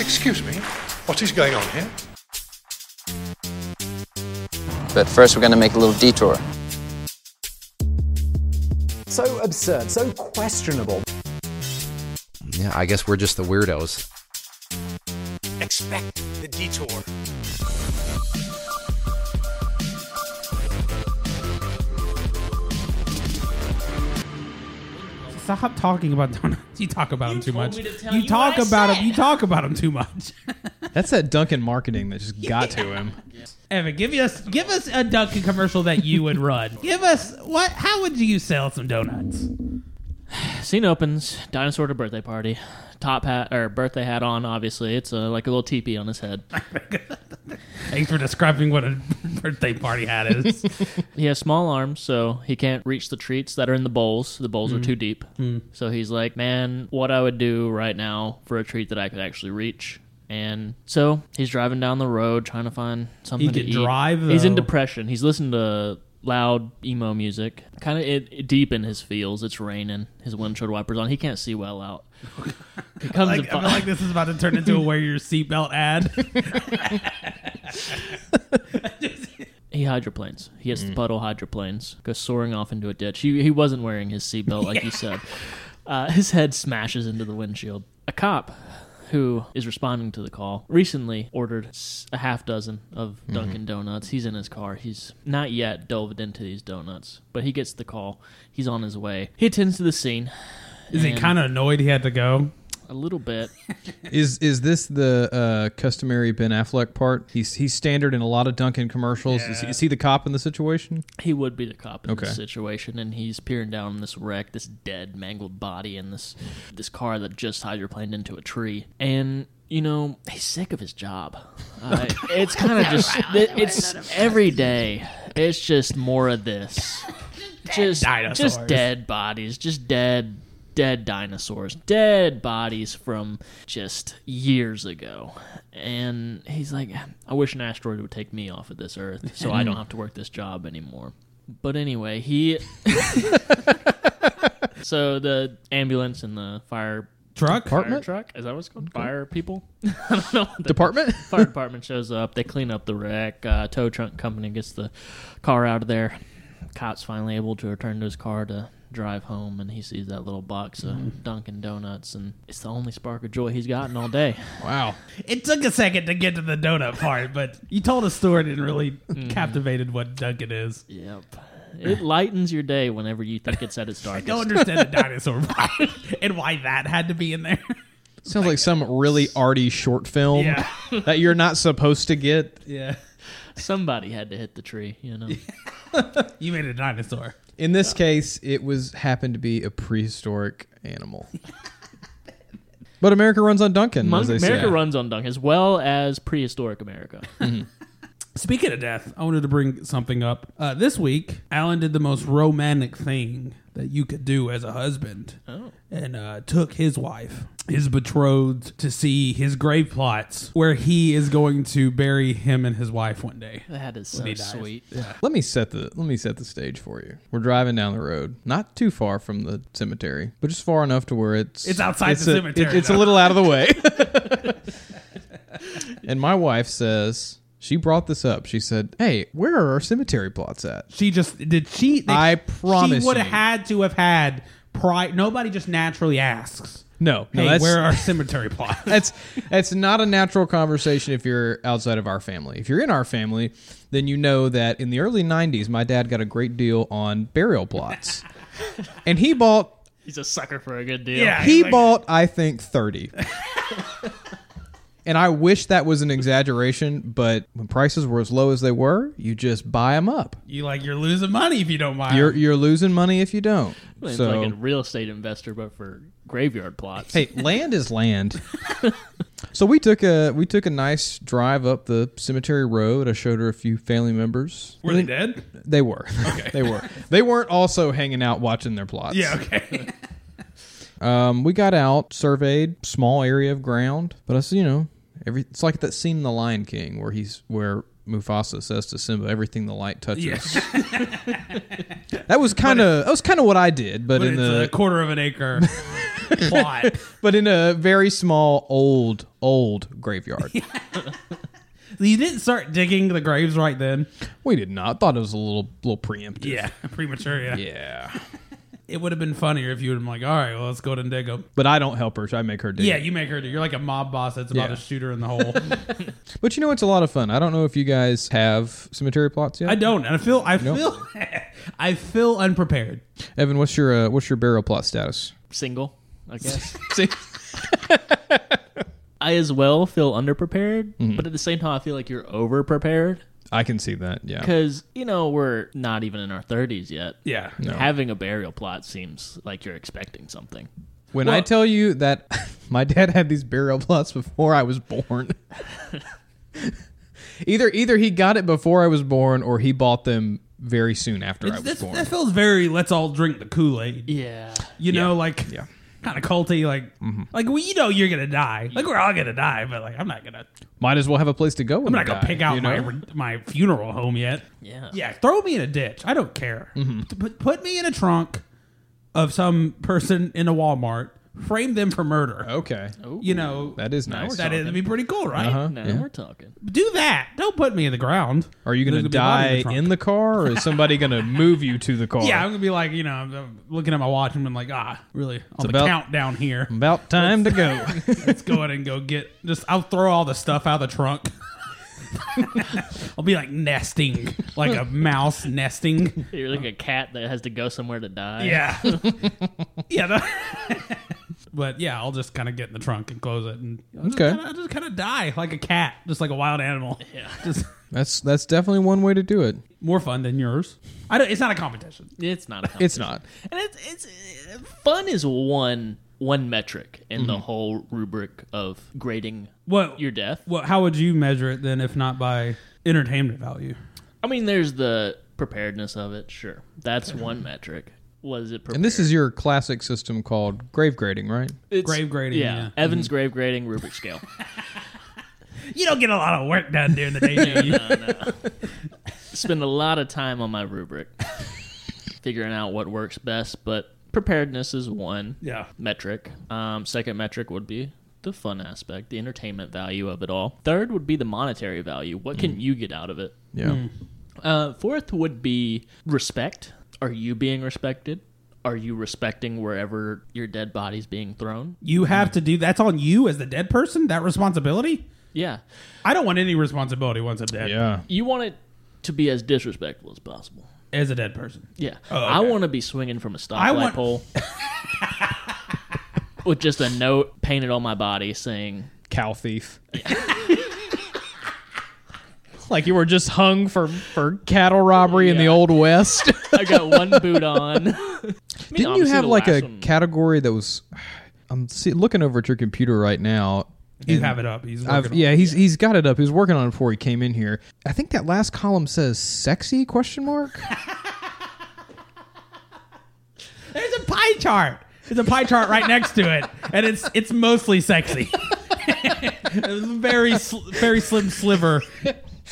Excuse me, what is going on here? But first, we're going to make a little detour. So absurd, so questionable. Yeah, I guess we're just the weirdos. Expect the detour. Stop talking about donuts. You talk about them too told much. me to tell you talk what I about them. said. You talk about them too much. That's that Duncan marketing that just got to him. Evan, give us give us a Dunkin' commercial that you would run. give us what? How would you sell some donuts? Scene opens. Dinosaur to birthday party. Top hat or birthday hat on. Obviously, it's uh like a little teepee on his head. Thanks for describing what a birthday party hat is. He has small arms, so he can't reach the treats that are in the bowls. The bowls are Mm-hmm. too deep. Mm. So he's like, man, what I would do right now for a treat that I could actually reach. And so he's driving down the road trying to find something could to eat. drive, He's in though. depression. He's listening to loud emo music, kind of it, it- deep in his feels. It's raining. His windshield wipers on. He can't see well out. He comes like, I feel upon- like this is about to turn into a wear your seatbelt ad. He hydroplanes. He hits the puddle, hydroplanes, goes soaring off into a ditch. He, he wasn't wearing his seatbelt, like you said. Uh, his head smashes into the windshield. A cop who is responding to the call recently ordered s- a half dozen of Dunkin' Donuts. He's in his car. He's not yet delved into these donuts, but he gets the call. He's on his way. He attends to the scene Is he And- kind of annoyed he had to go? a little bit. Is is this the uh, customary Ben Affleck part? He's he's standard in a lot of Duncan commercials. Is, he, is he the cop in the situation? He would be the cop in Okay. this situation, and he's peering down on this wreck, this dead, mangled body, and this this car that just hydroplaned into a tree. And you know, he's sick of his job. Uh, it's kind of just it- it's every day. It's just more of this. Just just dinosaurs. dead bodies, just dead dead dinosaurs, dead bodies from just years ago. And he's like, I wish an asteroid would take me off of this earth so I don't have to work this job anymore. But anyway, he So the ambulance and the fire Truck? fire truck, is that what it's called? Fire people? I don't know. what the- Department? fire department shows up. They clean up the wreck. Uh, tow truck company gets the car out of there. Cop's finally able to return to his car to drive home, and he sees that little box of Dunkin' Donuts, and it's the only spark of joy he's gotten all day. Wow. It took a second to get to the donut part, but you told a story and really Mm-hmm. captivated what Dunkin' is. yep. It lightens your day whenever you think it's at its darkest. Don't understand the dinosaur part and why that had to be in there. Sounds like some really arty short film Yeah. that you're not supposed to get Yeah. Somebody had to hit the tree, you know. You made a dinosaur. In this case, it was happened to be a prehistoric animal. but America runs on Duncan, Mon- as they America say. runs on Dunk as well as prehistoric America. Speaking of death, I wanted to bring something up. Uh, this week, Alan did the most romantic thing that you could do as a husband, oh. and uh, took his wife, his betrothed, to see his grave plots, where he is going to bury him and his wife one day. That is so he dies. sweet. Let me set the let me set the stage for you. We're driving down the road, not too far from the cemetery, but just far enough to where it's It's outside the a- it- cemetery, it's a though. little out of the way. and my wife says she brought this up. She said, "Hey, where are our cemetery plots at?" She just did. She. they- I promise She would have you. had to have had. Pri- Nobody just naturally asks. No, no, Hey, that's where are cemetery plots? that's that's not a natural conversation if you're outside of our family. If you're in our family, then you know that in the early '90s, my dad got a great deal on burial plots, and he bought He's a sucker for a good deal. Yeah. he Like- bought I think thirty. and I wish that was an exaggeration, but when prices were as low as they were, you just buy them up. you like you're losing money if you don't mind. You're you're losing money if you don't. It's so like a real estate investor, but for graveyard plots. hey, land is land. so we took a we took a nice drive up the cemetery road. I showed her a few family members. were they dead? They were. they were. They weren't also hanging out watching their plots. Yeah. Okay. Um, we got out, surveyed small area of ground, but I said, you know, every it's like that scene in The Lion King where he's where Mufasa says to Simba, "Everything the light touches." Yes. That was kind of that was kind of what I did, but, But in it's the a quarter of an acre plot. but in a very small old old graveyard. You didn't start digging the graves right then. We did not. Thought it was a little little preemptive. premature. Yeah. Yeah. it would have been funnier if you would have been like, all right, well, let's go ahead and dig them. But I don't help her, so I make her do Yeah, it. you make her do. You're like a mob boss that's about Yeah. to shoot her in the hole. But you know, it's a lot of fun. I don't know if you guys have cemetery plots yet. I don't. And I feel. I Nope. feel. I feel unprepared. Evan, what's your uh, what's your burial plot status? Single, I guess. See, I as well feel underprepared, Mm-hmm. but at the same time, I feel like you're overprepared I can see that. Yeah. because you know we're not even in our 30s yet. Yeah. Having a burial plot seems like you're expecting something. When I tell you that my dad had these burial plots before I was born. either either he got it before I was born, or he bought them very soon after I It's, was that's- born. that feels very. Let's all drink the Kool Aid. Yeah. You know, like. Yeah. Kind of culty, like, like well, you know, you're gonna die. Like, we're all gonna die, but like, I'm not gonna, Might as well have a place to go. I'm not gonna pick out my my funeral home yet. Yeah. Yeah, throw me in a ditch. I don't care. Mm-hmm. Put, put me in a trunk of some person in a Walmart. Frame them for murder. Okay. You know Oh, That is Now nice. we're that is, would be pretty cool, right? Uh-huh. Now Yeah. we're talking. Do that. Don't put me in the ground. Are you going to There's gonna be a body in the die trunk. in the car, or is somebody going to move you to the car? Yeah, I'm gonna be like, you know, I'm, I'm looking at my watch and I'm like, ah, really on the about- countdown here. About time to go. Let's go ahead and go get. Just I'll throw all the stuff out of the trunk. I'll be like nesting, like a mouse nesting. You're like a cat that has to go somewhere to die. Yeah. yeah. the- but yeah, I'll just kind of get in the trunk and close it, and I'll just Okay. kinda, I'll just kind of die like a cat, just like a wild animal. Yeah, just that's that's definitely one way to do it. more fun than yours. I don't, it's not a competition. It's not. A It's competition. not. And it's it's uh, fun is one one metric in Mm-hmm. the whole rubric of grading What your death. Well, how would you measure it then, if not by entertainment value? I mean, there's the preparedness of it. Sure, that's one metric. Was it? Prepared? And this is your classic system called grave grading, right? It's- grave grading, yeah. Mm-hmm. Evan's grave grading rubric scale. You don't get a lot of work done during the day, do you? Spend a lot of time on my rubric, figuring out what works best. But preparedness is one yeah. metric. Um, second metric would be the fun aspect, the entertainment value of it all. Third would be the monetary value. What Mm. can you get out of it? Yeah. Uh, fourth would be respect. Are you being respected? Are you respecting wherever your dead body's being thrown? You have to do that's on you as the dead person, that responsibility. Yeah. I don't want any responsibility once I'm dead. Yeah. You want it to be as disrespectful as possible. As a dead person. Yeah. Oh, okay. I want to be swinging from a I stoplight want- pole with just a note painted on my body saying, Cow thief. like you were just hung for for cattle robbery in the Yeah. old west. I got one boot on. I mean, Didn't you obviously have the like last a one- category that was? I'm see, looking over at your computer right now. You and have it up. He's working I've, on yeah, he's he's got it up. He was working on it before he came in here. I think that last column says "sexy?" question mark. it. There's a pie chart. There's a pie chart right next to it. And it's it's mostly sexy. It's a very sl- very slim sliver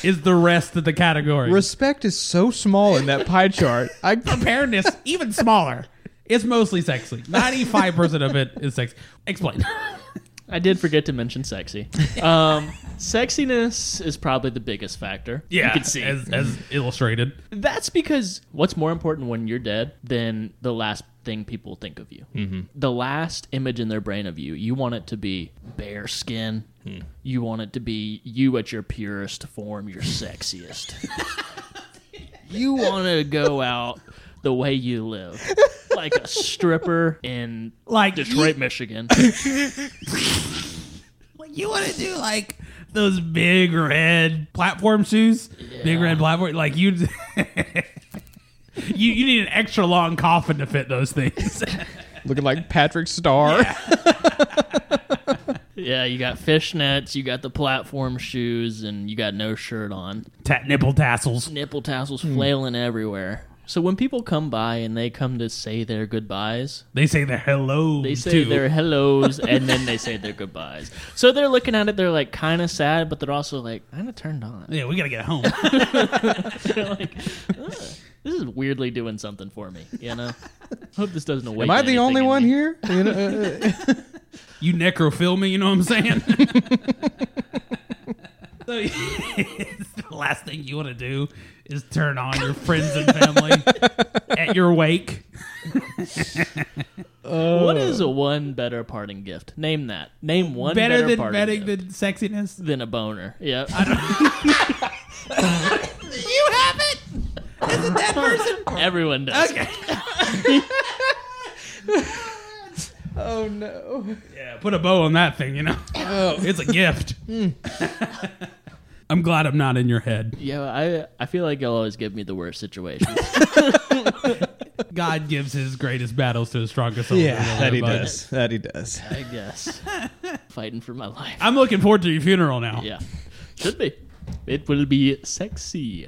is the rest of the category. Respect is so small in that pie chart. I preparedness even smaller. It's mostly sexy. Ninety-five percent of it is sexy. Explain. I did forget to mention sexy. Um, sexiness is probably the biggest factor. you can see as, as illustrated. That's because what's more important when you're dead than the last thing people think of you? Mm-hmm. The last image in their brain of you, you want it to be bare skin. You want it to be you at your purest form, your sexiest. you want to go out the way you live, like a stripper in Like Detroit, Michigan. You, you want to do like those big red platform shoes, big red platform. Like you, you you need an extra long coffin to fit those things. looking like Patrick Starr. yeah, you got fishnets, you got the platform shoes, and you got no shirt on. Ta- nipple tassels. nipple tassels flailing everywhere. So when people come by and they come to say their goodbyes, They say their hello. they say too. their hellos and then they say their goodbyes. So they're looking at it, they're like kind of sad, but they're also like kind of turned on. Yeah, we gotta get home. They're like, "Ugh, this is weirdly doing something for me, you know. Hope this doesn't awaken. Am I the anything only in one me." here? You know, uh, You necrophil me, you know what I'm saying? so the last thing you want to do is turn on your friends and family at your wake. What is a one better parting gift? Name that. Name one Better, better, than parting betting gift than sexiness. than a boner. Yeah. You have it. Everyone does. Okay. Oh no. Yeah, put a bow on that thing, you know. It's a gift. I'm glad I'm not in your head. Yeah, I I feel like you'll always give me the worst situations. God gives his greatest battles to the strongest. soldier, you know Yeah, that he what I'm does. That he does. I guess. Fighting for my life. I'm looking forward to your funeral now. Yeah. Should be. It will be sexy.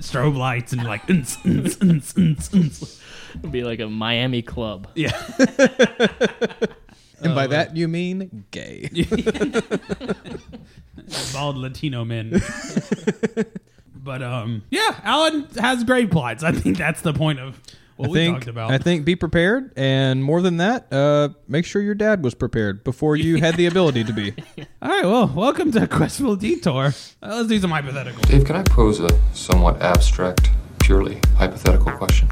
Strobe lights and like, "Unz, unz, unz, unz, unz." It'll be like a Miami club. yeah. And by that you mean gay. bald Latino men. but um, yeah, Alan has grave plots. I think that's the point of what I we think, talked about. I think be prepared, and more than that, uh, make sure your dad was prepared before you had the ability to be. All right, well, welcome to Questful Detour. Uh, let's do some hypothetical. Dave, can I pose a somewhat abstract, purely hypothetical question?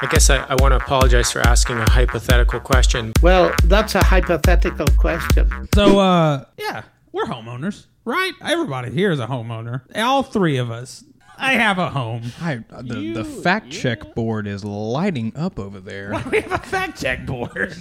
I guess I, I want to apologize for asking a hypothetical question. Well, that's a hypothetical question. So uh, yeah, we're homeowners, right? Everybody here is a homeowner. All three of us. I have a home. I, uh, the, the fact check board is lighting up over there. We have a fact check board.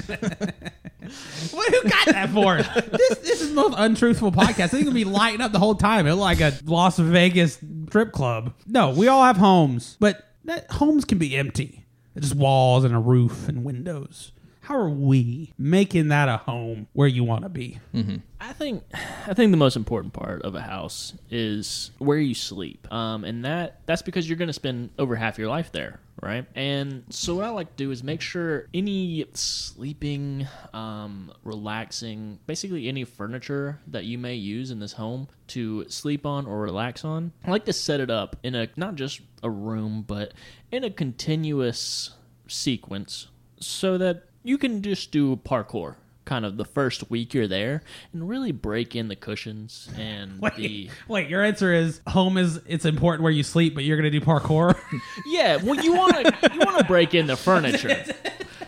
what, who got that for? this this is the most untruthful podcast. I think it'll be lighting up the whole time. It's like a Las Vegas strip club. No, we all have homes, but that homes can be empty. It's just walls and a roof and windows. How are we making that a home where you want to be? I think I think the most important part of a house is where you sleep, um, and that that's because you're going to spend over half your life there, right? And so what I like to do is make sure any sleeping, um, relaxing, basically any furniture that you may use in this home to sleep on or relax on, I like to set it up in a not just a room, but in a continuous sequence so that you can just do parkour kind of the first week you're there and really break in the cushions and the Wait, your answer is home is it's important where you sleep, but you're gonna do parkour. yeah well you want to you want to break in the furniture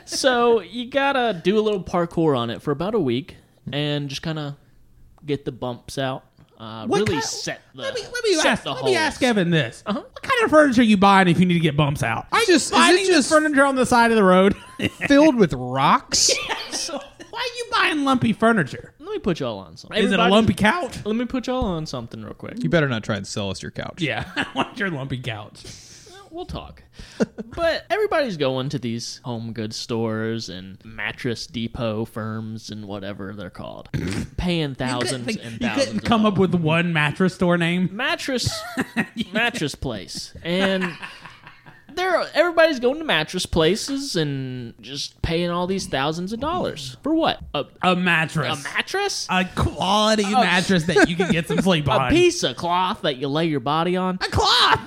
so you gotta do a little parkour on it for about a week and just kind of get the bumps out uh, What really kind- set the let me let me set ask the Uh-huh. let me holes. ask Evan this: What kind of furniture are you buying if you need to get bumps out? I just- is it finding this just- furniture on the side of the road. Filled with rocks? so why are you buying lumpy furniture? let me put y'all on something Is it a Everybody- lumpy couch? let me put y'all on something real quick You better not try and sell us your couch. Yeah, I want your lumpy couch. we'll talk. but everybody's going to these home goods stores and mattress depot firms and whatever they're called, paying thousands Like, and you thousands. couldn't come up with one mattress store name. mattress mattress place and. There, everybody's going to mattress places and just paying all these thousands of dollars for what? A, A mattress. a mattress? Oh. A quality mattress that you can get some sleep A on. piece of cloth that you lay your body on? A cloth.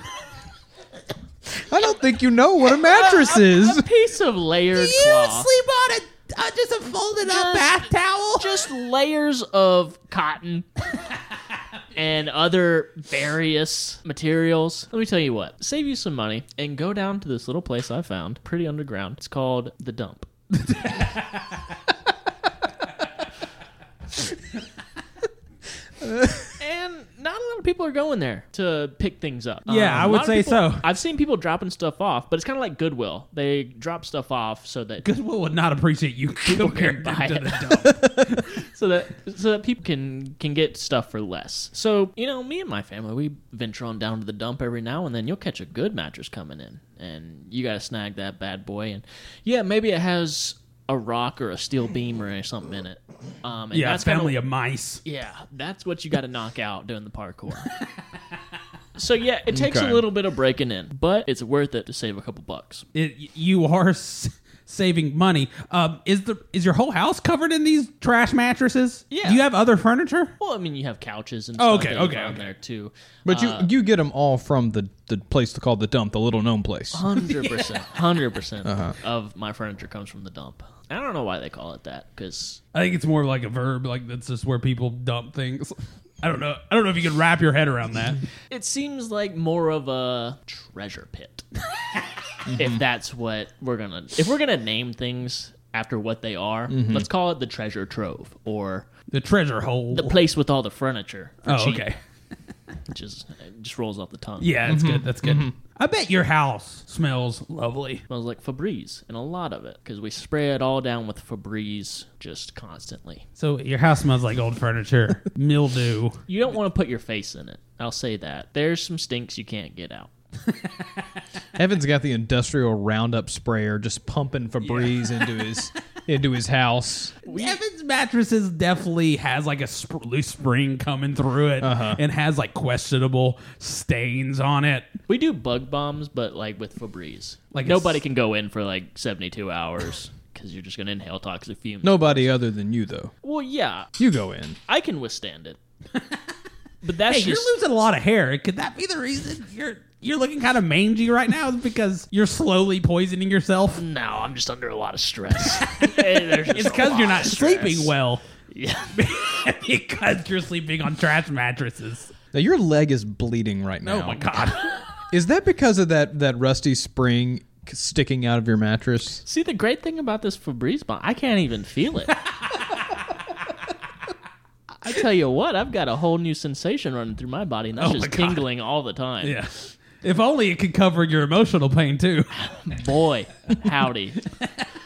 I don't think you know what a mattress is. A piece of layered You cloth. sleep on a uh, just a folded up Just- bath towel. just layers of cotton and other various materials. Let me tell you what, save you some money and go down to this little place I found, pretty underground. It's called The Dump. and not a lot of people are going there to pick things up. Um, Yeah, I a would lot of say people- so. I've seen people dropping stuff off, but it's kind of like Goodwill. They drop stuff off so that Goodwill would not appreciate you comparing them buy to it. the dump. so that so that people can can get stuff for less. So you know, me and my family we venture on down to the dump every now and then. You'll catch a good mattress coming in, and you gotta snag that bad boy. And yeah, maybe it has a rock or a steel beam or something in it. Um, and Yeah, that's kinda- family of mice. yeah, that's what you got to knock out doing the parkour. so yeah, it takes Okay. a little bit of breaking in, but it's worth it to save a couple bucks. It, you are s- saving money. Um, is the is your whole house covered in these trash mattresses? Yeah. Do you have other furniture? Well, I mean, you have couches and Oh, stuff okay, that you okay, find okay. there too. But you Uh. you get them all from the, the place called Uh-huh. the dump, the little known place. Hundred percent, hundred percent of my furniture comes from the dump. I don't know why they call it that because I think it's more of like a verb. Like that's just where people dump things. I don't know. I don't know if you can wrap your head around that. it seems like more of a treasure pit. Mm-hmm. if that's what we're gonna, if we're gonna name things after what they are, Mm-hmm. let's call it the treasure trove or The treasure hole. the place with all the furniture. for oh, cheap, okay. Which is it just rolls off the tongue. Yeah, that's good. That's good. Mm-hmm. I bet your house smells lovely. smells like Febreze and a lot of it because we spray it all down with Febreze just constantly. So your house smells like old furniture, mildew. You don't want to put your face in it. I'll say that. There's some stinks you can't get out. Evan's got the industrial roundup sprayer just pumping Febreze into his into his house. Evan's mattresses definitely has like a sp- loose spring coming through it, and has like questionable stains on it. We do bug bombs, but like with Febreze. Like Like a nobody s- can go in for like 72 hours because you're just gonna inhale toxic fumes. Nobody other than you though. Well, yeah, You go in. I can withstand it. But that's Hey, you're just losing a lot of hair. Could that be the reason you're you're looking kind of mangy right now? Is because you're slowly poisoning yourself? no. I'm just under a lot of stress. it's It's because you're not sleeping well. Yeah. because you're sleeping on trash mattresses. Now your leg is bleeding right now. Oh my god. Is that because of that that rusty spring c- sticking out of your mattress? See, the great thing about this Febreze bomb, I can't even feel it. I tell you what, I've got a whole new sensation running through my body, and that's Oh my just God. tingling all the time. yeah. If only it could cover your emotional pain too. Boy, howdy.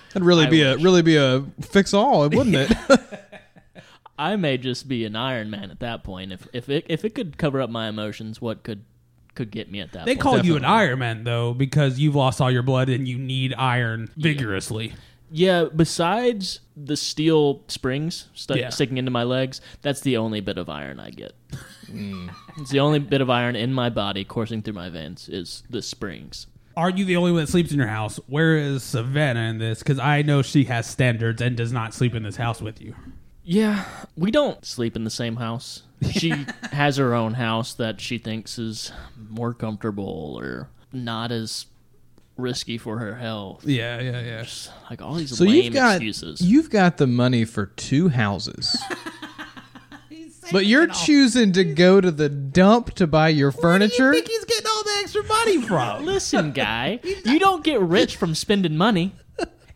That'd really I be a really be a fix all, wouldn't it? I may just be an Iron Man at that point. If if it if it could cover up my emotions, what could could get me at that They point? call you an Iron Man though because you've lost all your blood and you need iron vigorously. yeah, besides the steel springs stu- Yeah. sticking into my legs, that's the only bit of iron I get. Hmm. It's the only bit of iron in my body coursing through my veins is the springs. Are you the only one that sleeps in your house? Where is Savannah in this? Because I know she has standards and does not sleep in this house with you. Yeah, we don't sleep in the same house. She has her own house that she thinks is more comfortable or not as risky for her health. Yeah, yeah, yeah. Like all these so lame you've got excuses. you've got the money for two houses. But you're choosing to go to the dump to buy your furniture. think he's getting all the extra money from? Listen, guy, you don't get rich from spending money.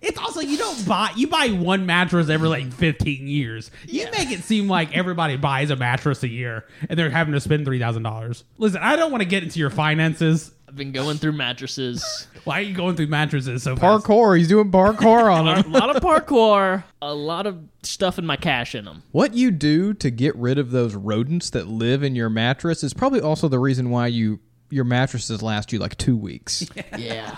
it's also you don't buy you buy one mattress every like fifteen years. You make it seem like everybody buys a mattress a year and they're having to spend three thousand dollars. Listen, I don't want to get into your finances. I've been going through mattresses, Why are you going through mattresses so fast? Parkour. He's doing parkour on a them. lot of parkour, a lot of stuff in my cash in them. What you do to get rid of those rodents that live in your mattress is probably also the reason why you your mattresses last you like two weeks. Yeah.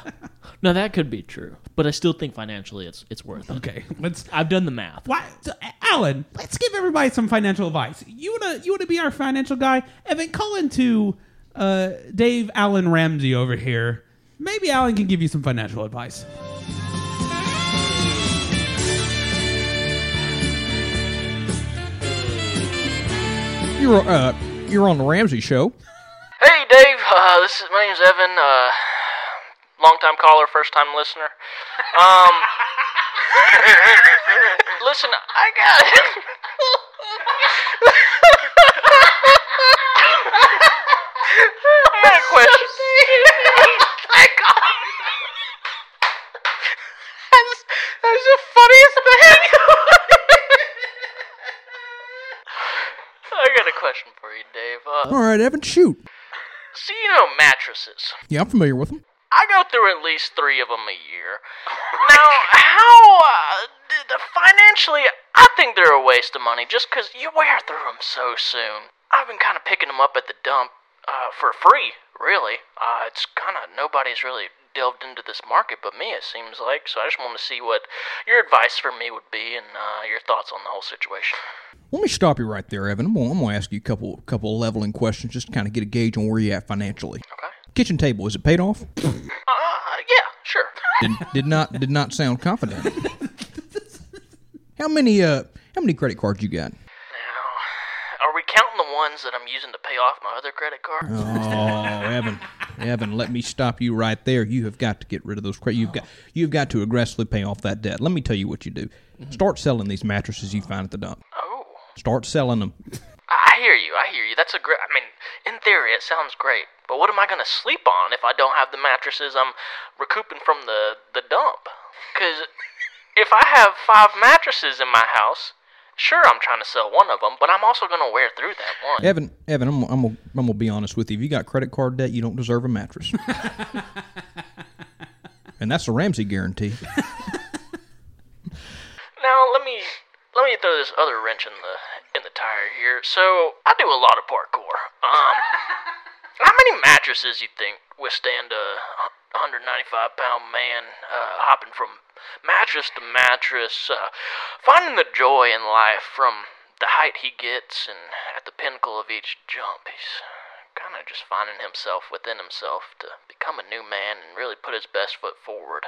No, that could be true, but I still think financially it's it's worth it. Okay, let's. I've done the math. Why, so, Alan? Let's give everybody some financial advice. You wanna you wanna be our financial guy? Evan, call into uh, Dave Allen Ramsey over here. Maybe Alan can give you some financial advice. You're uh, you're on the Ramsey show. Hey, Dave. Uh, this is my name's Evan. Uh, long time caller, first time listener. Um, listen, I got I got a question. My God. That's, that's the funniest thing. I got a question for you, Dave. Uh, All right, Evan, shoot. so you know mattresses. Yeah, I'm familiar with them. I go through at least three of them a year. now, how uh, d- d- financially? I think they're a waste of money just 'cause you wear through them so soon. I've been kind of picking them up at the dump uh, for free, really. Uh, it's kind of nobody's really delved into this market but me, it seems like. So I just want to see what your advice for me would be and uh, your thoughts on the whole situation. Let me stop you right there, Evan. I'm gonna, I'm gonna ask you a couple couple leveling questions just to kind of get a gauge on where you're at financially. Okay. Kitchen table is it paid off? Uh, yeah, sure. did, did not did not sound confident. how many uh how many credit cards you got? Now, are we counting the ones that I'm using to pay off my other credit card? Oh, Evan. Evan, let me stop you right there. You have got to get rid of those. Cra- you've got you've got to aggressively pay off that debt. Let me tell you what you do. Start selling these mattresses you find at the dump. Oh. Start selling them. I hear you. I hear you. That's a great. I mean, in theory, it sounds great. But what am I gonna sleep on if I don't have the mattresses I'm recouping from the the dump? Cause if I have five mattresses in my house, sure I'm trying to sell one of them, but I'm also gonna wear through that one. Evan, Evan, I'm I'm gonna- I'm gonna be honest with you. If you got credit card debt, you don't deserve a mattress. and that's the Ramsey guarantee. Now let me let me throw this other wrench in the in the tire here. So I do a lot of parkour. Um, how many mattresses you think withstand a 195 pound man uh, hopping from mattress to mattress, uh, finding the joy in life from the height he gets and at the pinnacle of each jump? He's kind of just finding himself within himself to become a new man and really put his best foot forward.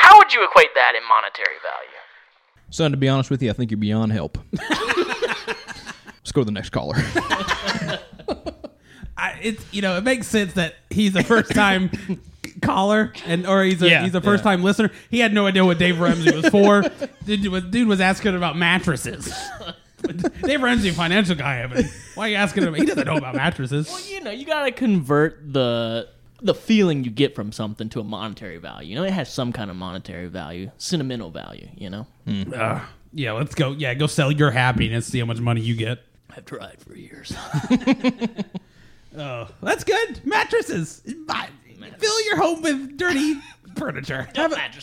How would you equate that in monetary value? Son, to be honest with you, I think you're beyond help. Let's go to the next caller. I, it's you know it makes sense that he's a first time caller and or he's a Yeah, he's a first time listener. He had no idea what Dave Ramsey was for. dude, was, dude was asking about mattresses. Dave Ramsey, financial guy, Evan. Why are you asking him? He doesn't know about mattresses. you know, you gotta convert the the feeling you get from something to a monetary value. You know, it has some kind of monetary value, sentimental value. You know, Yeah, let's go. Yeah, go sell your happiness. See how much money you get. I've tried for years. That's good. Mattresses. Buy- Fill your home with dirty furniture.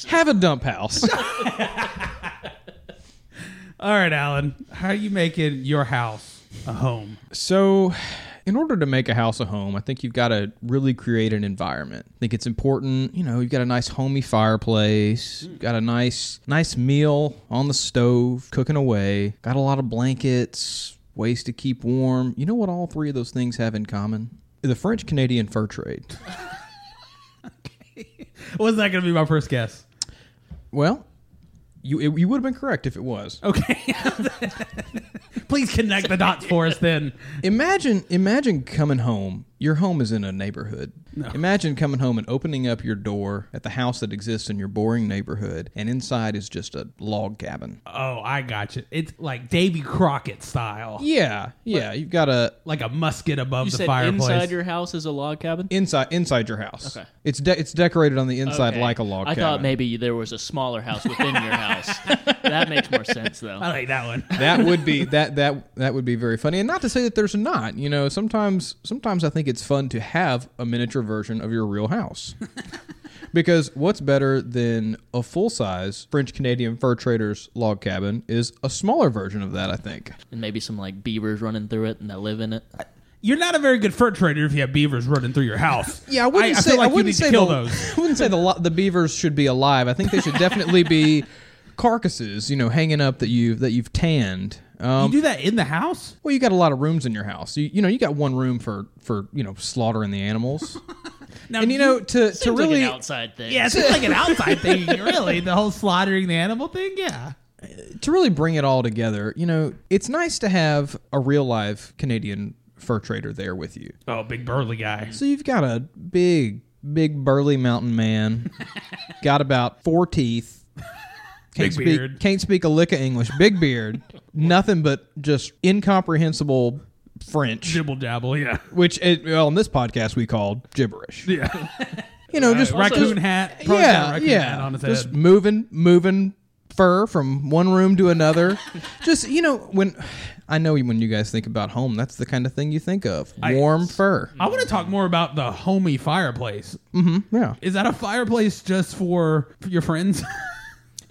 Have a dump house. All right, Alan. How are you making your house a home? So, in order to make a house a home, I think you've got to really create an environment. I think it's important, you know, you've got a nice homey fireplace, you've got a nice nice meal on the stove cooking away, got a lot of blankets, ways to keep warm. You know what all three of those things have in common? The French Canadian fur trade. Was that going to be my first guess? Well, you it, you would have been correct if it was. Okay. Please connect the dots for us then. Imagine, imagine coming home. Your home is in a neighborhood. Imagine coming home and opening up your door at the house that exists in your boring neighborhood, and inside is just a log cabin. Oh, I got you. It's like Davy Crockett style. yeah, yeah. you've got a Like a musket above you the said fireplace. inside your house is a log cabin. inside inside your house. Okay. It's de- it's decorated on the inside Okay. like a log I cabin. thought maybe there was a smaller house within your house. that makes more sense I though. like that one. that would be that that that would be very funny and not to say that there's not you know sometimes sometimes i think it's fun to have a miniature version of your real house because what's better than a full size french canadian fur trader's log cabin is a smaller version of that i think And maybe some like beavers running through it and that live in it. You're not a very good fur trader if you have beavers running through your house. yeah i wouldn't say feel like i wouldn't you need say to kill the, those. i wouldn't say the lo- the beavers should be alive i think they should definitely be carcasses you know hanging up that you that you've tanned um, you do that in the house? Well, you got a lot of rooms in your house. You, you know, you got one room for for you know slaughtering the animals, Now, and you know to to Seems like really an outside thing. yeah, it's just like an outside thing, really. The whole slaughtering the animal thing, yeah. to really bring it all together. You know, it's nice to have a real live Canadian fur trader there with you. Oh, big burly guy. So you've got a big, big burly mountain man, got about four teeth. Can't Big speak, beard. Can't speak a lick of English. Big beard. nothing but just incomprehensible French, Jibble jabble, yeah. which it, well, on this podcast we called gibberish. Yeah. You know, just Raccoon hat. probably got a raccoon hat on his just head. moving, moving fur from one room to another. just you know, when I know when you guys think about home, that's the kind of thing you think of: warm fur. I want to talk more about the homey fireplace. Mm-hmm. Yeah, Is that a fireplace just for for your friends?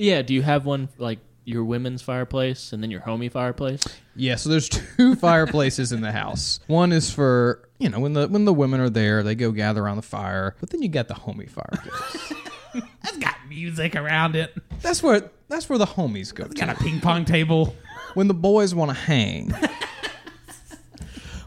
Yeah, do you have one like your women's fireplace and then your homie fireplace? yeah. So there's two fireplaces in the house. One is for you know when the when the women are there, they go gather around the fire. But then you got the homie fireplace. That's got music around it. that's where that's where the homies go to Got a ping pong table. when the boys want to hang.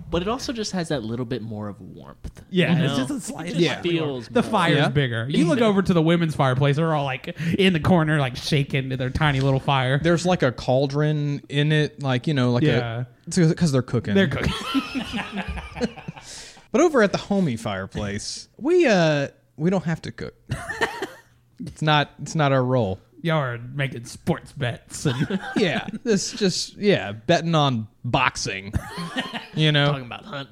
But it also just has that little bit more of warmth. Yeah, You it's know? just a slight. It just Yeah. feels The more- fire's Yeah. bigger. You look over to the women's fireplace; they're all like in the corner, like shaking to their tiny little fire. There's like a cauldron in it, like you know, like Yeah. a because they're cooking. They're cooking. But over at the homey fireplace, we uh we don't have to cook. it's not it's not our role. Y'all are making sports bets. And Yeah, this just yeah betting on boxing. You know, Talking about hunt.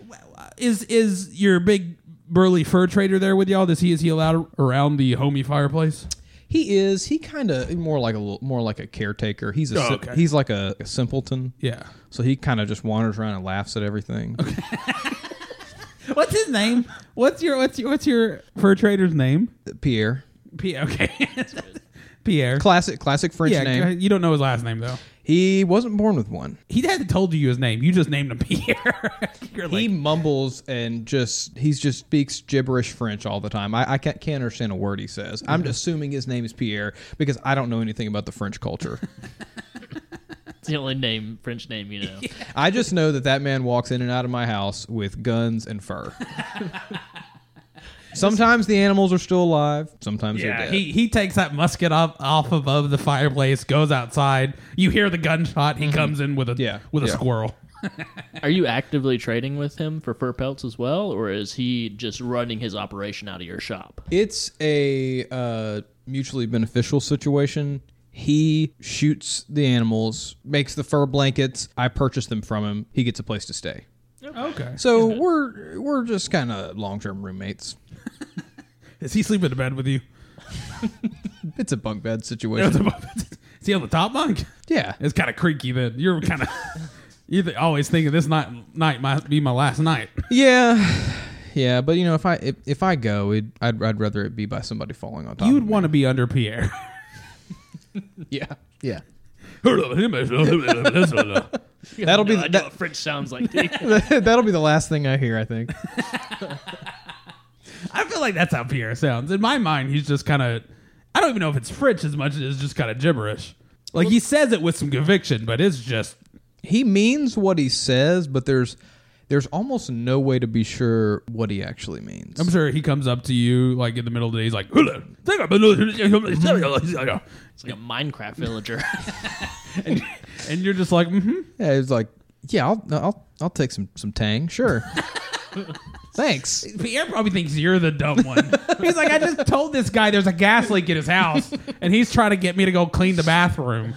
is is your big burly fur trader there with y'all? Does he is he allowed around the homey fireplace? he is he kind of more like a little, more like a caretaker. He's a Oh, sim- okay. he's like a, a simpleton. Yeah. So he kind of just wanders around and laughs at everything. What's his name? What's your what's your what's your fur trader's name? Pierre, P- okay. Pierre. classic classic French yeah, name. you don't know his last name though. He wasn't born with one. He hadn't told you his name. You just named him Pierre. You're he like, mumbles and just he's just speaks gibberish French all the time. I, I can't, can't understand a word he says. I'm assuming his name is Pierre because I don't know anything about the French culture. It's the only name French name you know. I just know that that man walks in and out of my house with guns and fur. sometimes the animals are still alive. Sometimes they're yeah. dead. He he takes that musket off off above the fireplace, goes outside. You hear the gunshot. He comes in with a Mm-hmm. Yeah, with a yeah. squirrel. Are you actively trading with him for fur pelts as well, or is he just running his operation out of your shop? it's a uh, mutually beneficial situation. He shoots the animals, makes the fur blankets. I purchase them from him. He gets a place to stay. Okay. So we're we're just kind of long term roommates. Is he sleeping in bed with you? It's a bunk bed Is situation. he on the top bunk? yeah, It's kind of creaky. Then you're kind of you th- always thinking this night night might be my last night. yeah, yeah. But you know, if I if, if I go, it, I'd I'd rather it be by somebody falling on top. You'd of want to be under Pierre. me. yeah. Yeah. That'll be I know that, what French sounds like. dude. that'll be the last thing I hear. I think. I feel like that's how Pierre sounds. In my mind, he's just kind of. I don't even know if it's French as much as it's just kind of gibberish. Like he says it with some conviction, but it's just. He means what he says, but there's there's almost no way to be sure what he actually means. I'm sure he comes up to you like in the middle of the day. He's like, "Hello, thank you." It's like a Minecraft villager. and you're just like, mm-hmm. yeah, he's like, yeah, I'll I'll I'll take some some tang, sure. Thanks. Pierre probably thinks you're the dumb one. he's like, I just told this guy there's a gas leak in his house, and he's trying to get me to go clean the bathroom.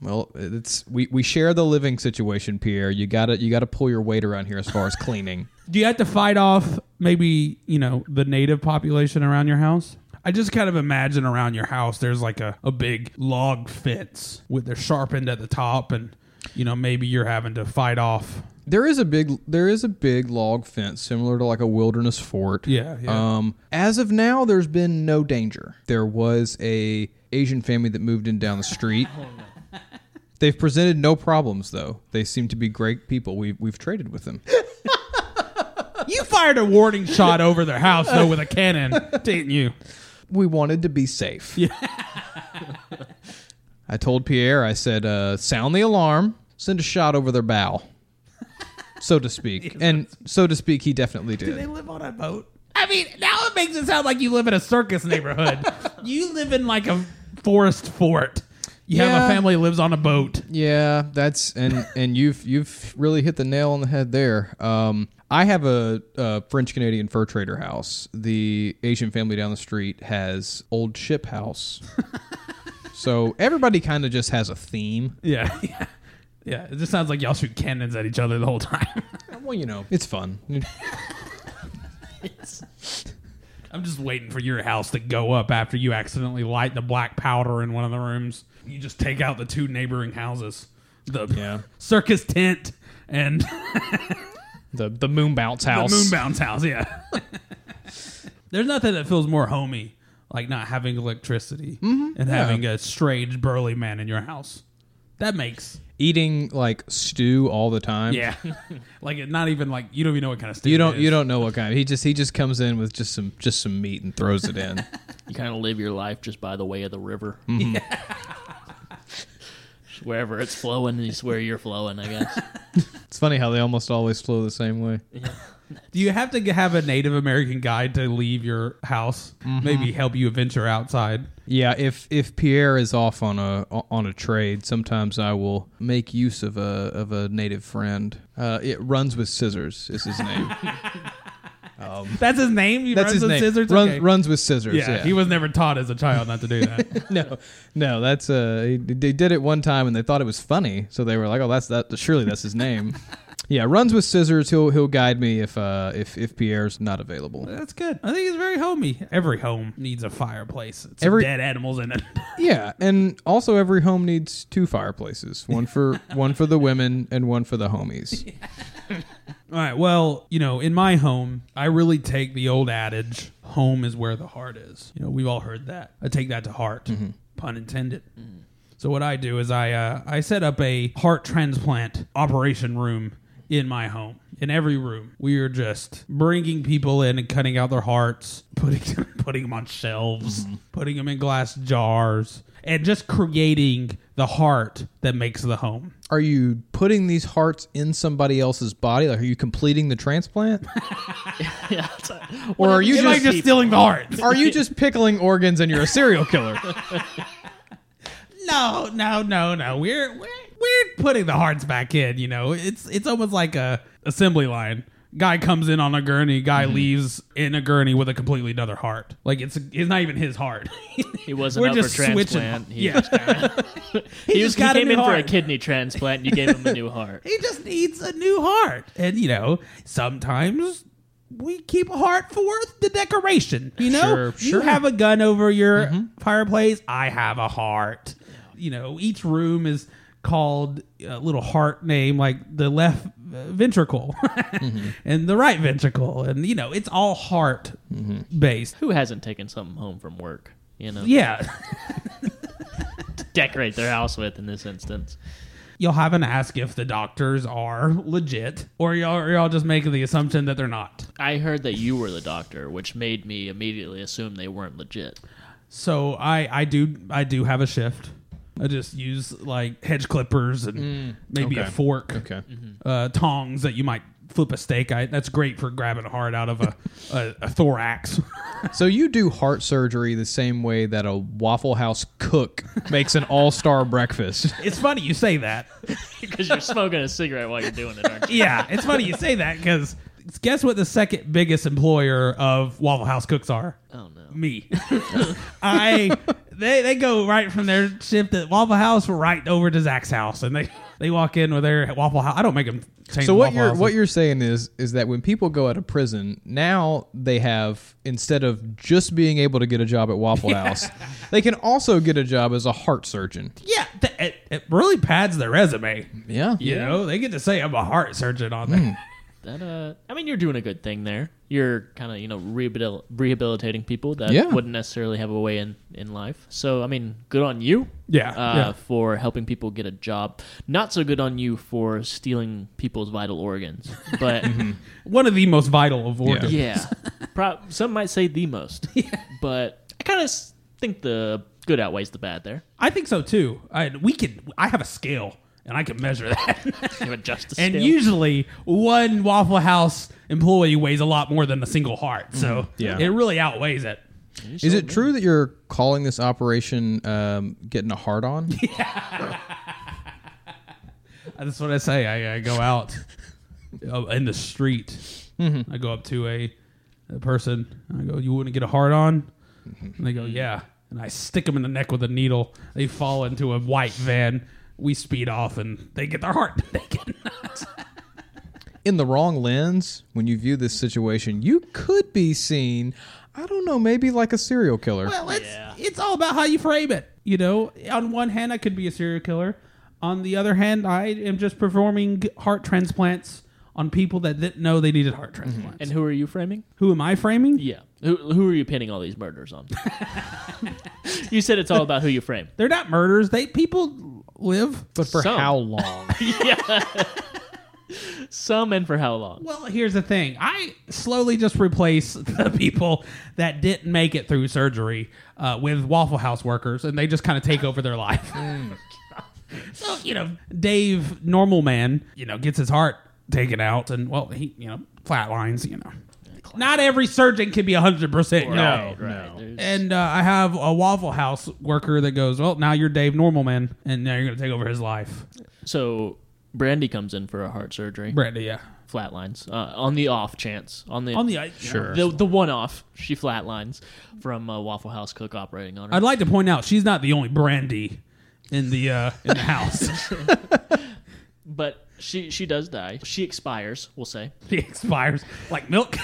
Well, it's we, we share the living situation, Pierre. You gotta you gotta pull your weight around here as far as cleaning. Do you have to fight off maybe, you know, the native population around your house? I just kind of imagine around your house there's like a, a big log fence with they're sharpened at the top and you know, maybe you're having to fight off. there is a big there is a big log fence similar to like a wilderness fort. Yeah, yeah. Um, as of now, there's been no danger. There was a Asian family that moved in down the street. Oh, They've presented no problems though. They seem to be great people. We we've traded with them. You fired a warning shot over their house though with a cannon, didn't you? we wanted to be safe. I told Pierre, I said, uh, sound the alarm, send a shot over their bow, so to speak. and so to speak, he definitely did. live on a boat. I mean, now it makes it sound like you live in a circus neighborhood. you live in like a forest fort. You Yeah. have a family that lives on a boat. Yeah, that's and and you've you've really hit the nail on the head there. Um, I have a, a French Canadian fur trader house. The Asian family down the street has old ship house. so everybody kind of just has a theme. Yeah. yeah. Yeah. It just sounds like y'all shoot cannons at each other the whole time. Well, you know, it's fun. I'm just waiting for your house to go up after you accidentally light the black powder in one of the rooms. You just take out the two neighboring houses the Yeah. circus tent and The the moon bounce house. the Moonbound's house. Yeah. There's nothing that feels more homey like not having electricity Mm-hmm. and having a strange burly man in your house. That makes eating like stew all the time. yeah, like it not even like you don't even know what kind of stew You it don't is. you don't know what kind. He just he just comes in with just some just some meat and throws it in. you kind of live your life just by the way of the river. Just Wherever it's flowing is where you're flowing, I guess. it's funny how they almost always flow the same way. Do you have to g- have a Native American guide to leave your house? Mm-hmm. Maybe help you venture outside. Yeah, if if Pierre is off on a on a trade, sometimes I will make use of a of a native friend. Uh, it runs with scissors is his name. That's his name. He That's runs his with name. Scissors. Run- Okay. Runs with scissors. Yeah, Yeah, he was never taught as a child not to do that. no, no. That's uh, he- they did it one time and they thought it was funny, so they were like, "Oh, that's that. Surely that's his name." yeah, runs with scissors. He'll he'll guide me if uh if if Pierre's not available. That's good. I think he's very homey. Every home needs a fireplace. It's Every- dead animals in it. Yeah, and also every home needs two fireplaces. One for one for the women and one for the homies. All right. Well, you know, in my home, I really take the old adage, home is where the heart is. You know, we've all heard that. I take that to heart, pun intended. So what I do is I uh, I set up a heart transplant operation room in my home. In every room, we are just bringing people in and cutting out their hearts, putting putting them on shelves, putting them in glass jars, and just creating the heart that makes the home. Are you putting these hearts in somebody else's body? Like, are you completing the transplant, yeah, or are you Am I just just stealing the heart? are you just pickling organs and you're a serial killer? No, no, no, no. We're we're we're putting the hearts back in. You know, it's it's almost like a assembly line. Guy comes in on a gurney. Guy Mm-hmm. leaves in a gurney with a completely another heart. Like it's it's not even his heart. He wasn't We're up just for switching transplant. He, Yeah. just kinda, he, just was, he got a came new in for a heart. kidney transplant and you gave him a new heart. he just needs a new heart. And you know, sometimes we keep a heart for the decoration. You know, Sure, sure. Mm-hmm. you have a gun over your fireplace. I have a heart. You know, each room is called a little heart name, like the left uh, ventricle Mm-hmm. and the right ventricle, and you know, it's all heart Mm-hmm. based. Who hasn't taken something home from work? You know, Yeah. decorate their house with in this instance. You'll have an ask if the doctors are legit, or y'all, or y'all just making the assumption that they're not. I heard that you were the doctor, which made me immediately assume they weren't legit. So I I do I do have a shift. I just use like hedge clippers and maybe a okay. fork, Okay. uh, tongs that you might flip a steak. I, that's great for grabbing a heart out of a, a, a thorax. So you do heart surgery the same way that a Waffle House cook makes an all-star breakfast. it's funny you say that. Because you're smoking a cigarette while you're doing it, aren't you? Yeah, it's funny you say that because guess what? The second biggest employer of Waffle House cooks are Oh no. me. I they they go right from their shift at Waffle House right over to Zach's house, and they they walk in with their Waffle House. I don't make them change. So what Waffle you're Houses. what you're saying is is that when people go out of prison, now they have instead of just being able to get a job at Waffle House, they can also get a job as a heart surgeon. Yeah, th- it, it really pads their resume. Yeah. Hmm. You know, they get to say I'm a heart surgeon on there. That uh, I mean, you're doing a good thing there. You're kind of you know rehabil- rehabilitating people that Yeah. wouldn't necessarily have a way in in life. So I mean, good on you. Yeah, Uh, yeah. For helping people get a job. Not so good on you for stealing people's vital organs, but Mm-hmm. One of the most vital of organs. yeah, Pro- some might say the most. But I kind of think the good outweighs the bad there. I think so too. I we can. I have a scale, and I can measure that. You adjust the and scale. usually, one Waffle House employee weighs a lot more than a single heart, so Hmm. Yeah. it really outweighs it. Is it true that you're calling this operation um, getting a heart on? That's what I say. I, I go out uh, in the street. I go up to a, a person. I go, "You wouldn't get a hard on?" And they go, "Yeah." And I stick them in the neck with a needle. They fall into a white van. We speed off, and they get their heart. They get- in the wrong lens when you view this situation, you could be seen, I don't know, maybe like a serial killer. well, it's it's all about how you frame it. You know, on one hand, I could be a serial killer. On the other hand, I am just performing heart transplants on people that didn't know they needed heart transplants. And who are you framing? Who am I framing? Yeah. Who, who are you pinning all these murders on? you said it's all about who you frame. They're not murders. They people live. but for some. how long? Some and for how long? Well, here's the thing. I slowly just replace the people that didn't make it through surgery uh, with Waffle House workers, and they just kind of take over their life. Mm. so, you know, Dave, normal man, you know, gets his heart taken out, and well, he, you know, flatlines. You know, not every surgeon can be hundred percent. No, There's- and uh, I have a Waffle House worker that goes, "Well, now you're Dave Normal Man, and now you're going to take over his life." So Brandy comes in for a heart surgery. Brandy, yeah. flatlines uh, on the off chance on the On the I- Sure. the, the one off she flatlines from uh, Waffle House cook operating on her. I'd like to point out she's not the only brandy in the uh, in the house. but she she does die. She expires. We'll say she expires like milk,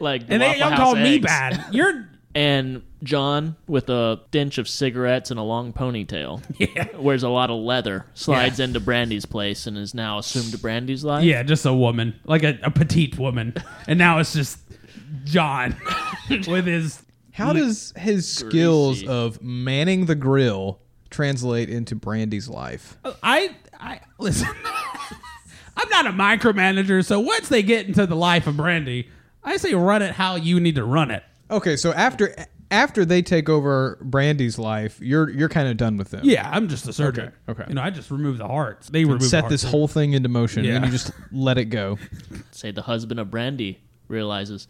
like and they Waffle y'all House call me eggs. bad. You're And John with a dench of cigarettes and a long ponytail wears a lot of leather. Slides into Brandy's place and is now assumed to Brandy's life. yeah, just a woman, like a, a petite woman, and now it's just John with his How does his skills of manning the grill translate into Brandy's life? I I listen. I'm not a micromanager, so once they get into the life of Brandy, I say run it how you need to run it. Okay, so after after they take over Brandy's life, you're you're kind of done with them. Yeah, I'm just a surgeon. Okay, okay. You know, I just remove the hearts. They remove Set the this hearts. whole thing into motion, and Yeah. you just let it go. Say the husband of Brandy realizes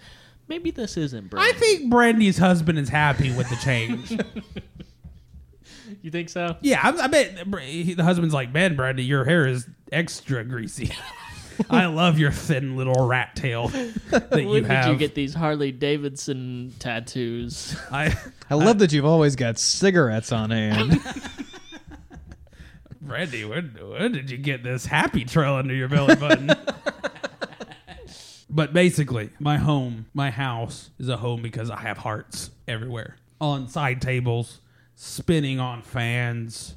maybe this isn't Brandy. I think Brandy's husband is happy with the change. you think so. yeah, I, I bet Br- he- the husband's like, man, Brandy, your hair is extra greasy. I love your thin little rat tail that you When have. did you get these Harley Davidson tattoos? I, I love that you've always got cigarettes on hand. Brandy, when, when did you get this happy trail under your belly button? but basically, my home, my house is a home because I have hearts everywhere on side tables, spinning on fans.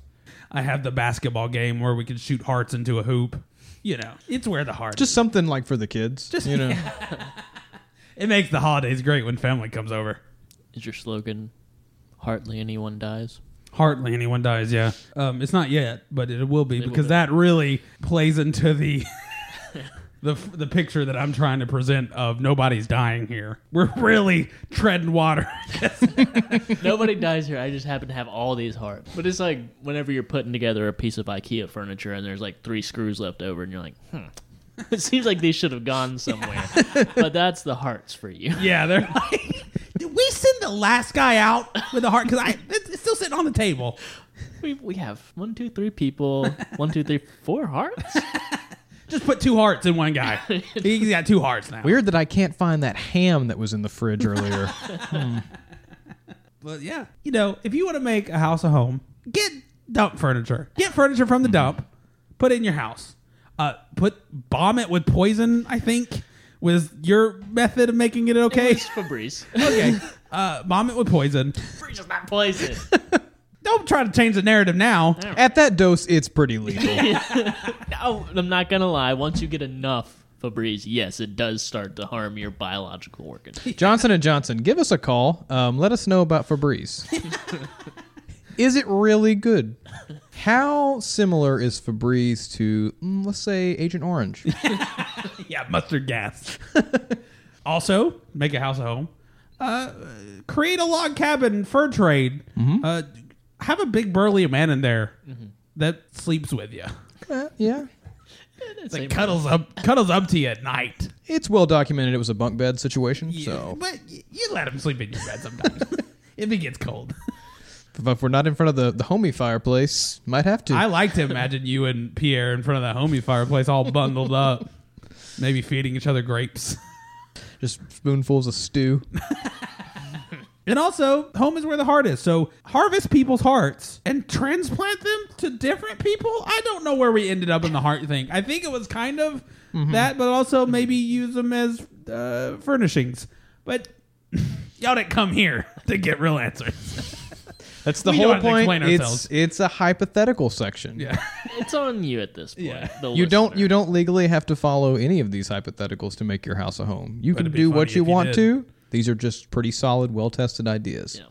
I have the basketball game where we can shoot hearts into a hoop. You know, it's where the heart just something like for the kids, you know. It makes the holidays great when family comes over. Is your slogan "Hardly anyone dies"? Hardly anyone dies, yeah. Um, it's not yet, but it will be because that really plays into the the the picture that I'm trying to present of nobody's dying here. We're really treading water. Nobody dies here. I just happen to have all these hearts. But it's like whenever you're putting together a piece of IKEA furniture and there's like three screws left over, and you're like, hmm. It seems like these should have gone somewhere. but that's the hearts for you. yeah, they're like, did we send the last guy out with a heart? Because I it's it's still sitting on the table. We, we have one, two, three people, one, two, three, four hearts. Just put two hearts in one guy. He's got two hearts now. Weird that I can't find that ham that was in the fridge earlier. But yeah, you know, if you want to make a house a home, get dump furniture. Get furniture from the dump, put it in your house. Uh, put bomb it with poison. I think was your method of making it okay. It's Fabrice. okay, uh, bomb it with poison. Fabrice is not poison. Don't try to change the narrative now. At that dose, it's pretty lethal. No, I'm not going to lie. Once you get enough Fabrice, yes, it does start to harm your biological organ. Johnson and Johnson, give us a call. Um, let us know about Febreze. is it really good? How similar is Febreze to, mm, let's say, Agent Orange? Yeah, mustard gas. also, make a house a home. Uh, create a log cabin fur trade. Uh, have a big burly man in there that sleeps with you. Uh, yeah. Like cuddles up, cuddles up to you at night. It's well documented. It was a bunk bed situation. So but y- you let him sleep in your bed sometimes if it gets cold. if- if we're not in front of the, the homie fireplace, might have to. I like to imagine you and Pierre in front of that homie fireplace, all bundled up, maybe feeding each other grapes. Just spoonfuls of stew. And also, home is where the heart is. So harvest people's hearts and transplant them to different people. I don't know where we ended up in the heart thing. I think it was kind of that, but also maybe use them as uh, furnishings. But y'all didn't come here to get real answers. That's the We know whole how to explain point. ourselves. It's, it's a hypothetical section. Yeah. It's on you at this point. Yeah. the You don't listener. you don't legally have to follow any of these hypotheticals to make your house a home. You can it'd be do funny what if you you want did. to. These are just pretty solid, well tested ideas. Yeah.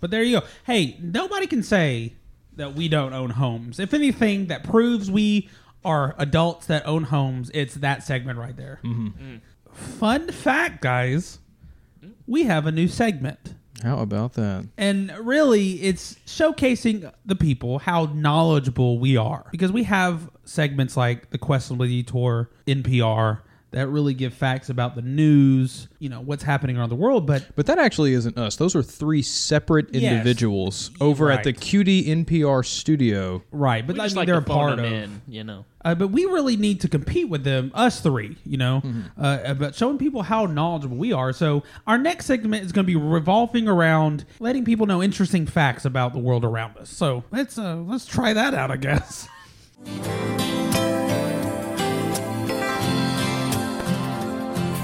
But there you go. Hey, nobody can say that we don't own homes. If anything, that proves we are adults that own homes. It's that segment right there. Mm. Fun fact, guys, we have a new segment. How about that? And really, it's showcasing the people how knowledgeable we are because we have segments like the Questionable Detour, NPR, that really give facts about the news, you know, what's happening around the world. But But that actually isn't us. Those are three separate Yes. individuals over at the Right. QD NPR studio. right, but We I just mean, like they're to a phone part of. them in, you know. Uh, but we really need to compete with them, us three, you know, uh, about showing people how knowledgeable we are. So our next segment is going to be revolving around letting people know interesting facts about the world around us. So let's uh, let's try that out, I guess.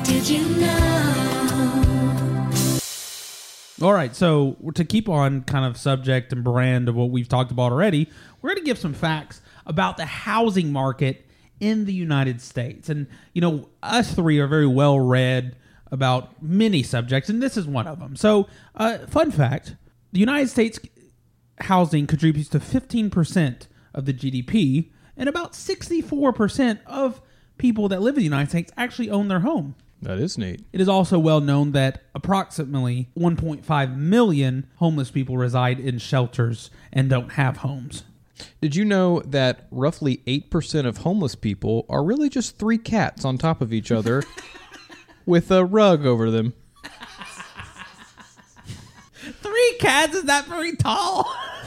Did you know? All right, so to keep on kind of subject and brand of what we've talked about already, we're going to give some facts about the housing market in the United States. And, you know, us three are very well read about many subjects, and this is one of them. So, uh, fun fact the United States housing contributes to 15% of the GDP, and about 64% of people that live in the United States actually own their home. That is neat. It is also well known that approximately 1.5 million homeless people reside in shelters and don't have homes. Did you know that roughly 8% of homeless people are really just three cats on top of each other with a rug over them? Three cats is that very tall?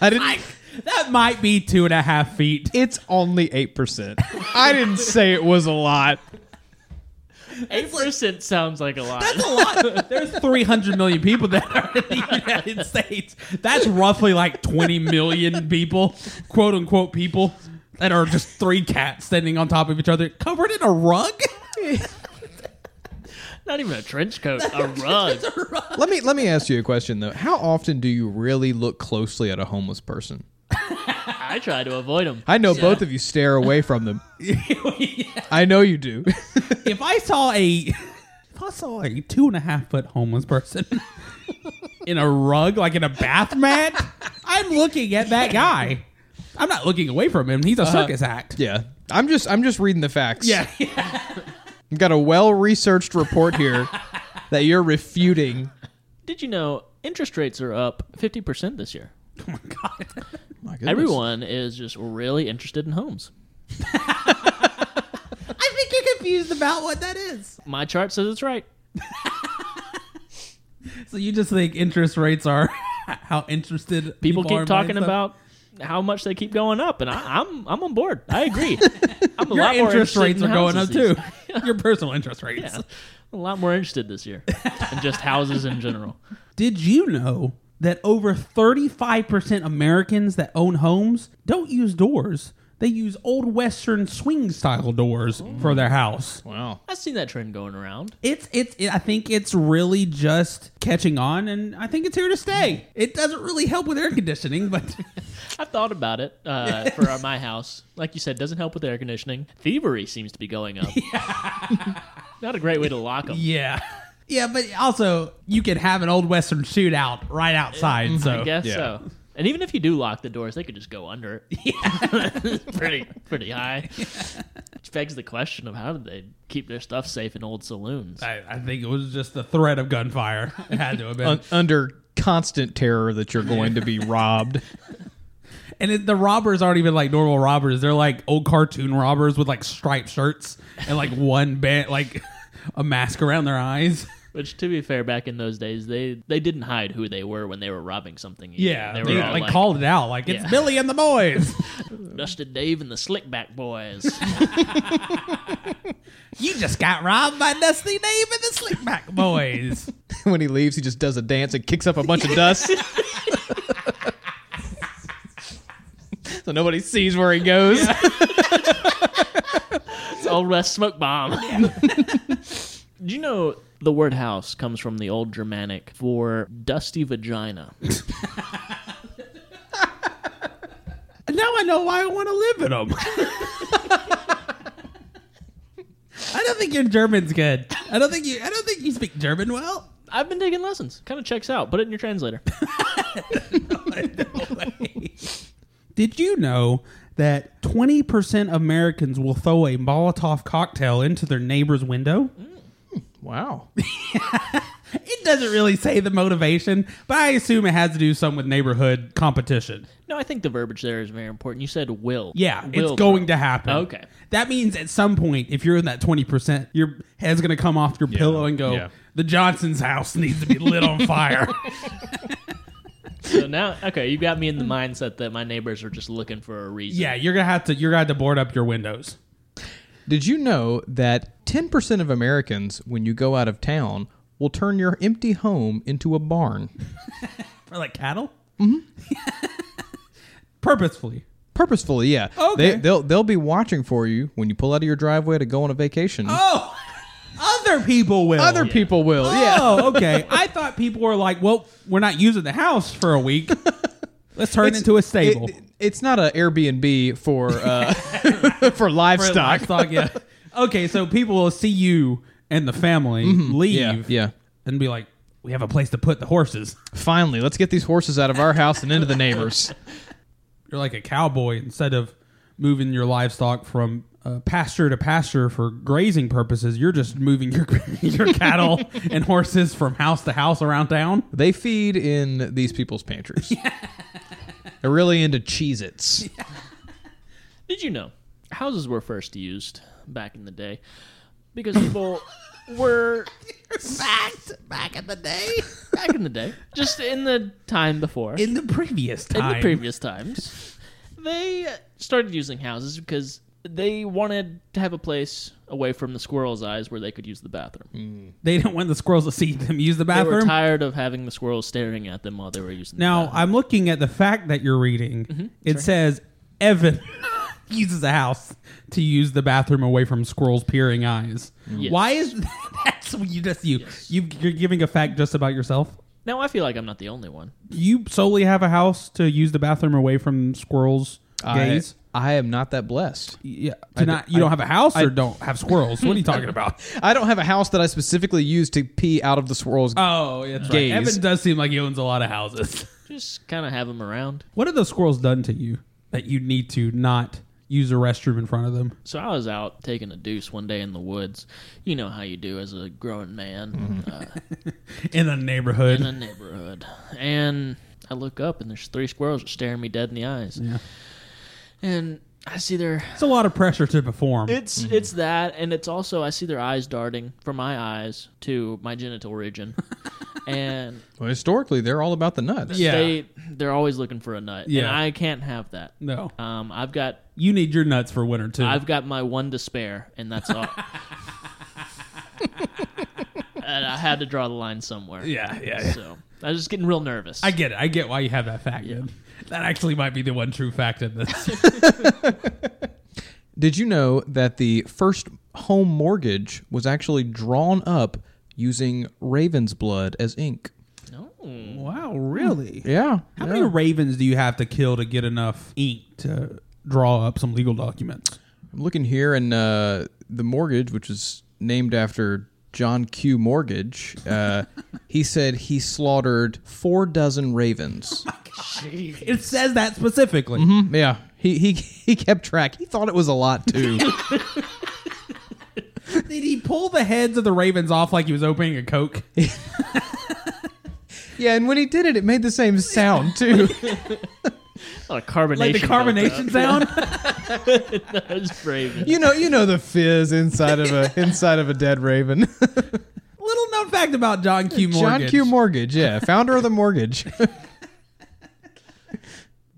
I didn't. that might be two and a half feet. It's only 8%. I didn't say it was a lot. Eight percent sounds like a lot. That's a lot. There's 300 million people that are in the United States. That's roughly like 20 million people, quote unquote people, that are just three cats standing on top of each other, covered in a rug. Not even a trench coat, a rug. Let me let me ask you a question though. How often do you really look closely at a homeless person? I try to avoid them. I know both of you stare away from them. I know you do. if I saw a if I saw a two and a half foot homeless person in a rug, like in a bath mat, I'm looking at that guy. I'm not looking away from him. He's a circus act. yeah. I'm just I'm just reading the facts. Uh-huh. Yeah. I've got a well-researched report here that you're refuting. Did you know interest rates are up fifty percent this year? Oh my god. My goodness. Everyone is just really interested in homes. I think you're confused about what that is. My chart says it's right. So you just think interest rates are how interested People, are keep in talking buying stuff? about how much they keep going up, and I, I'm I'm on board. I agree. I'm a your lot more interest interested rates in are going up houses too. these- your personal interest rates. Yeah, I'm a lot more interested this year, and just houses in general. Did you know that over 35% Americans that own homes don't use doors? They use old Western swing style doors for their house. Wow. I've seen that trend going around. It's it's it, I think it's really just catching on, and I think it's here to stay. It doesn't really help with air conditioning, but I've thought about it uh, for our, my house. Like you said, doesn't help with air conditioning. Thievery seems to be going up. Not a great way to lock them. yeah, yeah. But also, you can have an old Western shootout right outside. So Mm, I guess Yeah. so. And even if you do lock the doors, they could just go under it. It's pretty pretty high. Which begs the question of how did they keep their stuff safe in old saloons? I, I think it was just the threat of gunfire. It had to have been. Un- under constant terror that you're going to be robbed. And it, the robbers aren't even like normal robbers. They're like old cartoon robbers with like striped shirts and like one band, like a mask around their eyes. Which, to be fair, back in those days, they they didn't hide who they were when they were robbing something. either. they they, were all like, like, called it out. Like it's Yeah. Billy and the boys. Dusty Dave and the Slickback Boys. you just got robbed by Dusty Dave and the Slickback boys. when he leaves, he just does a dance and kicks up a bunch of dust. so nobody sees where he goes. It's old West smoke bomb. Do you know the word house comes from the old Germanic for dusty vagina? And now I know why I want to live in them. I don't think your German's good. I don't think you. I don't think you speak German well. I've been taking lessons. Kind of checks out. Put it in your translator. Did you know that 20% Americans will throw Mm. a Molotov cocktail into their neighbor's window? Wow. It doesn't really say the motivation, but I assume it has to do something with neighborhood competition. No, I think the verbiage there is very important. You said will. Yeah, Will it's going grow. to happen. Okay. That means at some point, if you're in that 20%, your head's going to come off your pillow and go, yeah. the Johnson's house needs to be lit on fire. So now, okay, you got me in the mindset that my neighbors are just looking for a reason. yeah, you're going to have to, you're going to have to board up your windows. Did you know that 10% of Americans, when you go out of town, will turn your empty home into a barn? Or like cattle? Mm-hmm. Purposefully. Purposefully, yeah. Okay. They, they'll they'll be watching for you when you pull out of your driveway to go on a vacation. Oh, other people will. Other people will. yeah. Oh, okay. I thought people were like, well, we're not using the house for a week. Let's turn it into a stable. It- it's not an Airbnb for uh, for For livestock. livestock, yeah. Okay, so people will see you and the family Mhm. leave Yeah, yeah. and be like, we have a place to put the horses. Finally, let's get these horses out of our house and into the neighbors. You're like a cowboy instead of moving your livestock from uh, pasture to pasture for grazing purposes. You're just moving your your cattle and horses from house to house around town. They feed in these people's pantries. They're really into Cheez Its. Did you know houses were first used back in the day because people were Fact back in the day, back in the day, just in the time before, in the previous in time, the previous times, they started using houses because they wanted to have a place away from the squirrel's eyes where they could use the bathroom. they didn't want the squirrels to see them use the They were Mm. bathroom. tired of having the squirrels staring at them while they were using. the Now bathroom. I'm looking at the fact that you're reading. Mm-hmm. It says Evan uses a house to use the bathroom away from squirrels' peering eyes. Yes. Why is that? That's what you just you you you're giving a fact just about yourself. now I feel like I'm not the only one. Do you solely have a house to use the bathroom away from squirrels' I, gaze? I am not that blessed. Yeah, I to not, d- you don't I- have a house I- or don't have squirrels. what are you talking about? I don't have a house that I specifically use to pee out of the swirls. Oh, that's Gaze. right. Evan does seem like he owns a lot of houses. Just kind of have them around. what have those squirrels done to you that you need to not use a restroom in front of them? So I was out taking a deuce one day in the woods. You know how you do as a grown man Mm-hmm. uh, in a neighborhood. in a neighborhood. And I look up and there's three squirrels staring me dead in the eyes. Yeah. And I see their It's a lot of pressure to perform. it's it's that and it's also I see their eyes darting from my eyes to my genital region. and Well, historically, they're all about the nuts. Yeah. they they're always looking for a nut. And Yeah. I can't have that. no, Um, I've got you need your nuts for winter too. I've got my one to spare, and that's all. and I had to draw the line somewhere. yeah, yeah, yeah. So I was just getting real nervous. I get it. I get why you have that fact. man. That actually might be the one true fact in this. Did you know that the first home mortgage was actually drawn up using raven's blood as ink? no. wow, really? Yeah. How many ravens do you have to kill to get enough ink to draw up some legal documents? I'm looking here, and uh, the mortgage, which is named after John Q. Mortgage, uh, he said he slaughtered four dozen ravens. It says that specifically. Hmm, yeah, he, he he kept track. He thought it was a lot too. Did he pull the heads of the ravens off like he was opening a coke? yeah, and when he did it, it made the same sound too. Like carbonation. Like the carbonation sound? That's brave. you know, you know the fizz inside of a inside of a dead raven. Little known fact about John Q. Morgan. John Q. Mortgage, yeah, founder of the mortgage.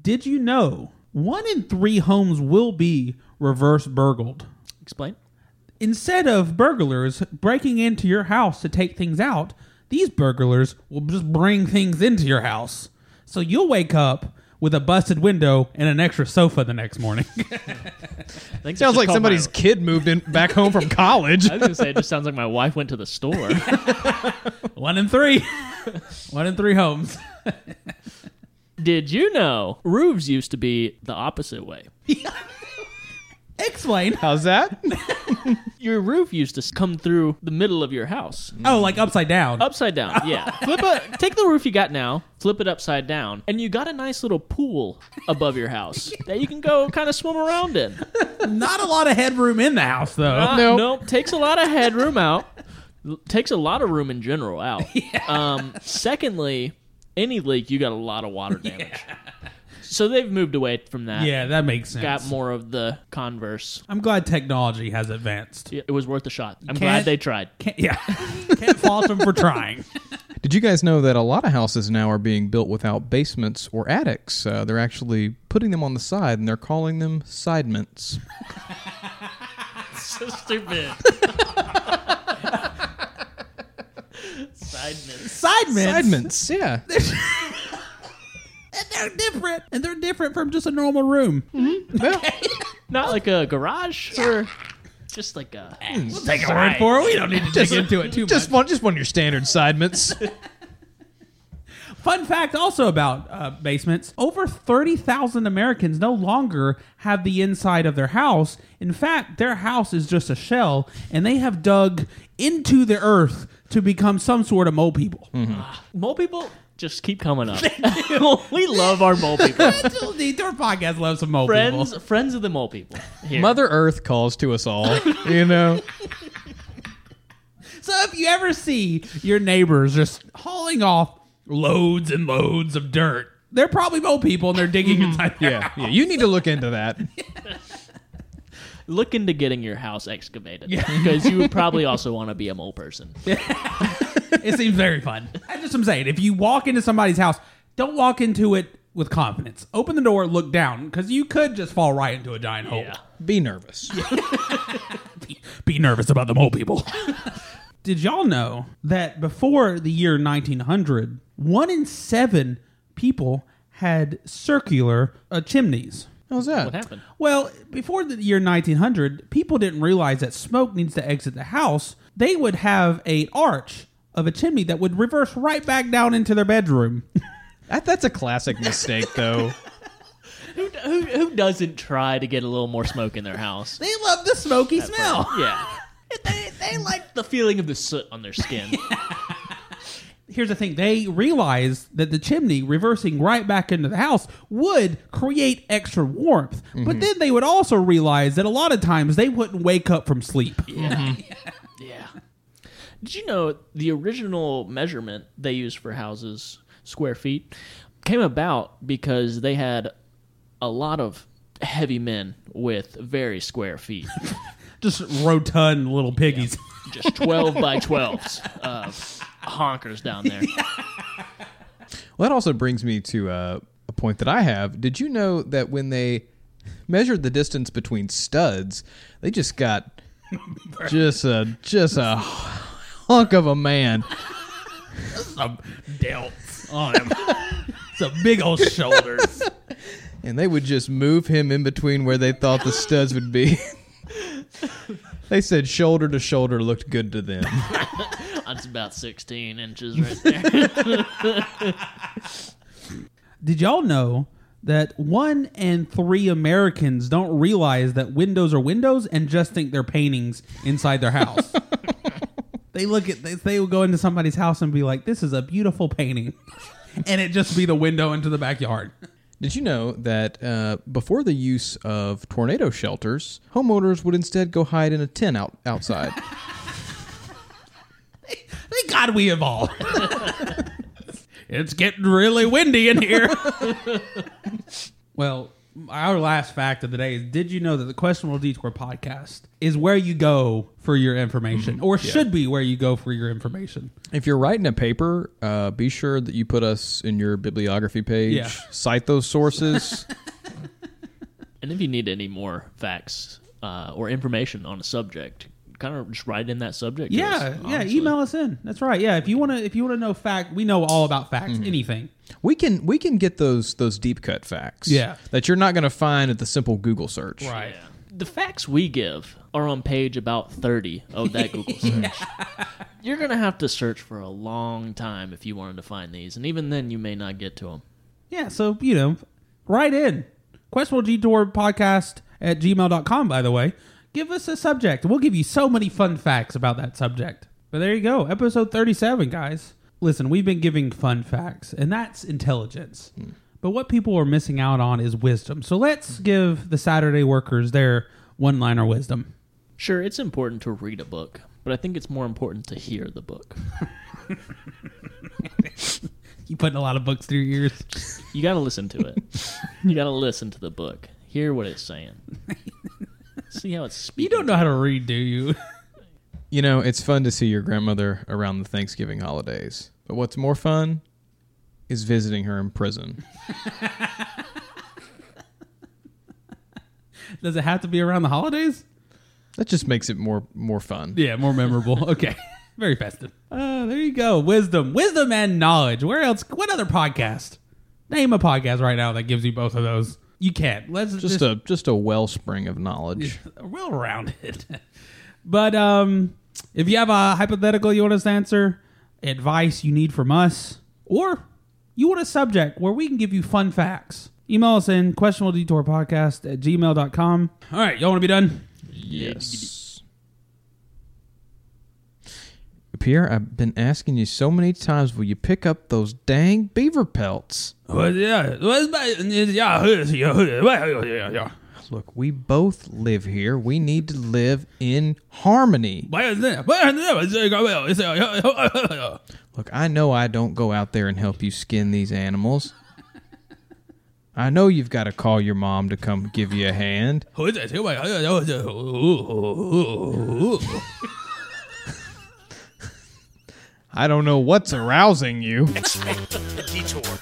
Did you know one in three homes will be reverse burgled? Explain. Instead of burglars breaking into your house to take things out, these burglars will just bring things into your house. So you'll wake up with a busted window and an extra sofa the next morning. I Sounds think that's like called somebody's My, kid moved in back home from college. I was gonna say it just sounds like my wife went to the store. one in three. one in three homes. Did you know roofs used to be the opposite way? Explain. How's that? Your roof used to come through the middle of your house. Oh, like upside down. Upside down, yeah. flip a, take the roof you got now, flip it upside down, and you got a nice little pool above your house that you can go kind of swim around in. Not a lot of headroom in the house, though. Uh, Nope. Takes a lot of headroom out. L- takes a lot of room in general out. Um, secondly, any leak, you got a lot of water damage. So they've moved away from that. Yeah, that makes sense. Got more of the converse. I'm glad technology has advanced. It was worth a shot. I'm Can't- glad they tried. Can't, yeah, can't fault them for trying. Did you guys know that a lot of houses now are being built without basements or attics? Uh, they're actually putting them on the side and they're calling them sidements. so stupid. Sidemen. Sidements, yeah. And they're different, and they're different from just a normal room. Not like a garage or just like a. We'll take a word for it. We don't need to dig into it too much. Just one, just one of your standard sidements. Fun fact also about uh, basements over 30,000 Americans no longer have the inside of their house. In fact, their house is just a shell, and they have dug into the earth to become some sort of mole people. Ah. Mole people just keep coming up. we love our mole people. Still need- Their podcast loves some mole Friends, people. friends of the mole people. Here. Mother Earth calls to us all, you know. So if you ever see your neighbors just hauling off loads and loads of dirt, they're probably mole people and they're digging inside their Yeah, house. yeah. You need to look into that. look into getting your house excavated because you would probably also want to be a mole person. It seems very fun. That's just what I'm saying. If you walk into somebody's house, don't walk into it with confidence. Open the door, look down, because you could just fall right into a giant hole. Yeah. Be nervous. Be nervous about the mole people. Did y'all know that before the year 1900, one in seven people had circular uh, chimneys? How's that? What happened? Well, before the year 1900, people didn't realize that smoke needs to exit the house. They would have a arch of a chimney that would reverse right back down into their bedroom. That, that's a classic mistake, though. Who, who, who doesn't try to get a little more smoke in their house? They love the smoky smell. Yeah. They, they like the feeling of the soot on their skin. Here's the thing they realized that the chimney reversing right back into the house would create extra warmth. But then they would also realize that a lot of times they wouldn't wake up from sleep. Yeah. Did you know the original measurement they used for houses, square feet, came about because they had a lot of heavy men with very square feet, Just rotund little piggies. just 12 by 12s of honkers down there. Well, that also brings me to uh, a point that I have. Did you know that when they measured the distance between studs, they just got just a just a hunk of a man. Some delts on them. Some big old shoulders. and they would just move him in between where they thought the studs would be. they said shoulder to shoulder looked good to them. That's about 16 inches right there. Did y'all know that one in three Americans don't realize that windows are windows and just think they're paintings inside their house? they look at they, they will go into somebody's house and be like, "This is a beautiful painting," and it just be the window into the backyard. Did you know that uh, before the use of tornado shelters, homeowners would instead go hide in a tent out outside? Thank God we evolved. it's getting really windy in here. well, our last fact of the day is did you know that the Questionable Detour podcast is where you go for your information, or should be where you go for your information? if you're writing a paper, uh, be sure that you put us in your bibliography page. Yeah. Cite those sources. And if you need any more facts uh, or information on a subject, kind of just write in that subject. to Yeah, us, yeah. honestly. Email us in. That's right. Yeah, if you wanna if you wanna know fact, we know all about facts. Anything. we can we can get those those deep cut facts. Yeah. that you're not going to find at the simple Google search. Right. The facts we give are on page about 30 of that Google search. You're going to have to search for a long time if you wanted to find these, and even then you may not get to them. Yeah, so, you know, write in. Questionable Detour podcast at gmail.com, by the way. Give us a subject. We'll give you so many fun facts about that subject. But there you go. Episode 37, guys. Listen, we've been giving fun facts, and that's intelligence. But what people are missing out on is wisdom. So let's give the Saturday workers their one liner wisdom. Sure, it's important to read a book, but I think it's more important to hear the book. you putting a lot of books through your ears. You got to listen to it. you got to listen to the book. Hear what it's saying. See how it's You speaking. don't know how to read, do you? You know, it's fun to see your grandmother around the Thanksgiving holidays. But what's more fun is visiting her in prison. Does it have to be around the holidays? That just makes it more more fun. Yeah, more memorable. okay. Very festive. Uh, there you go. Wisdom. Wisdom and knowledge. Where else? What other podcast? Name a podcast right now that gives you both of those. You can't. Let's Just just, a just a wellspring of knowledge. well rounded. but um, if you have a hypothetical you want us to answer, advice you need from us, or you want a subject where we can give you fun facts, email us in questionabledetourpodcast at gmail.com. All right, y'all want to be done? Yes. Pierre, I've been asking you so many times, will you pick up those dang beaver pelts? Uh, yeah. Look, we both live here. We need to live in harmony. Look, I know I don't go out there and help you skin these animals. I know you've got to call your mom to come give you a hand. I don't know what's arousing you. Detour.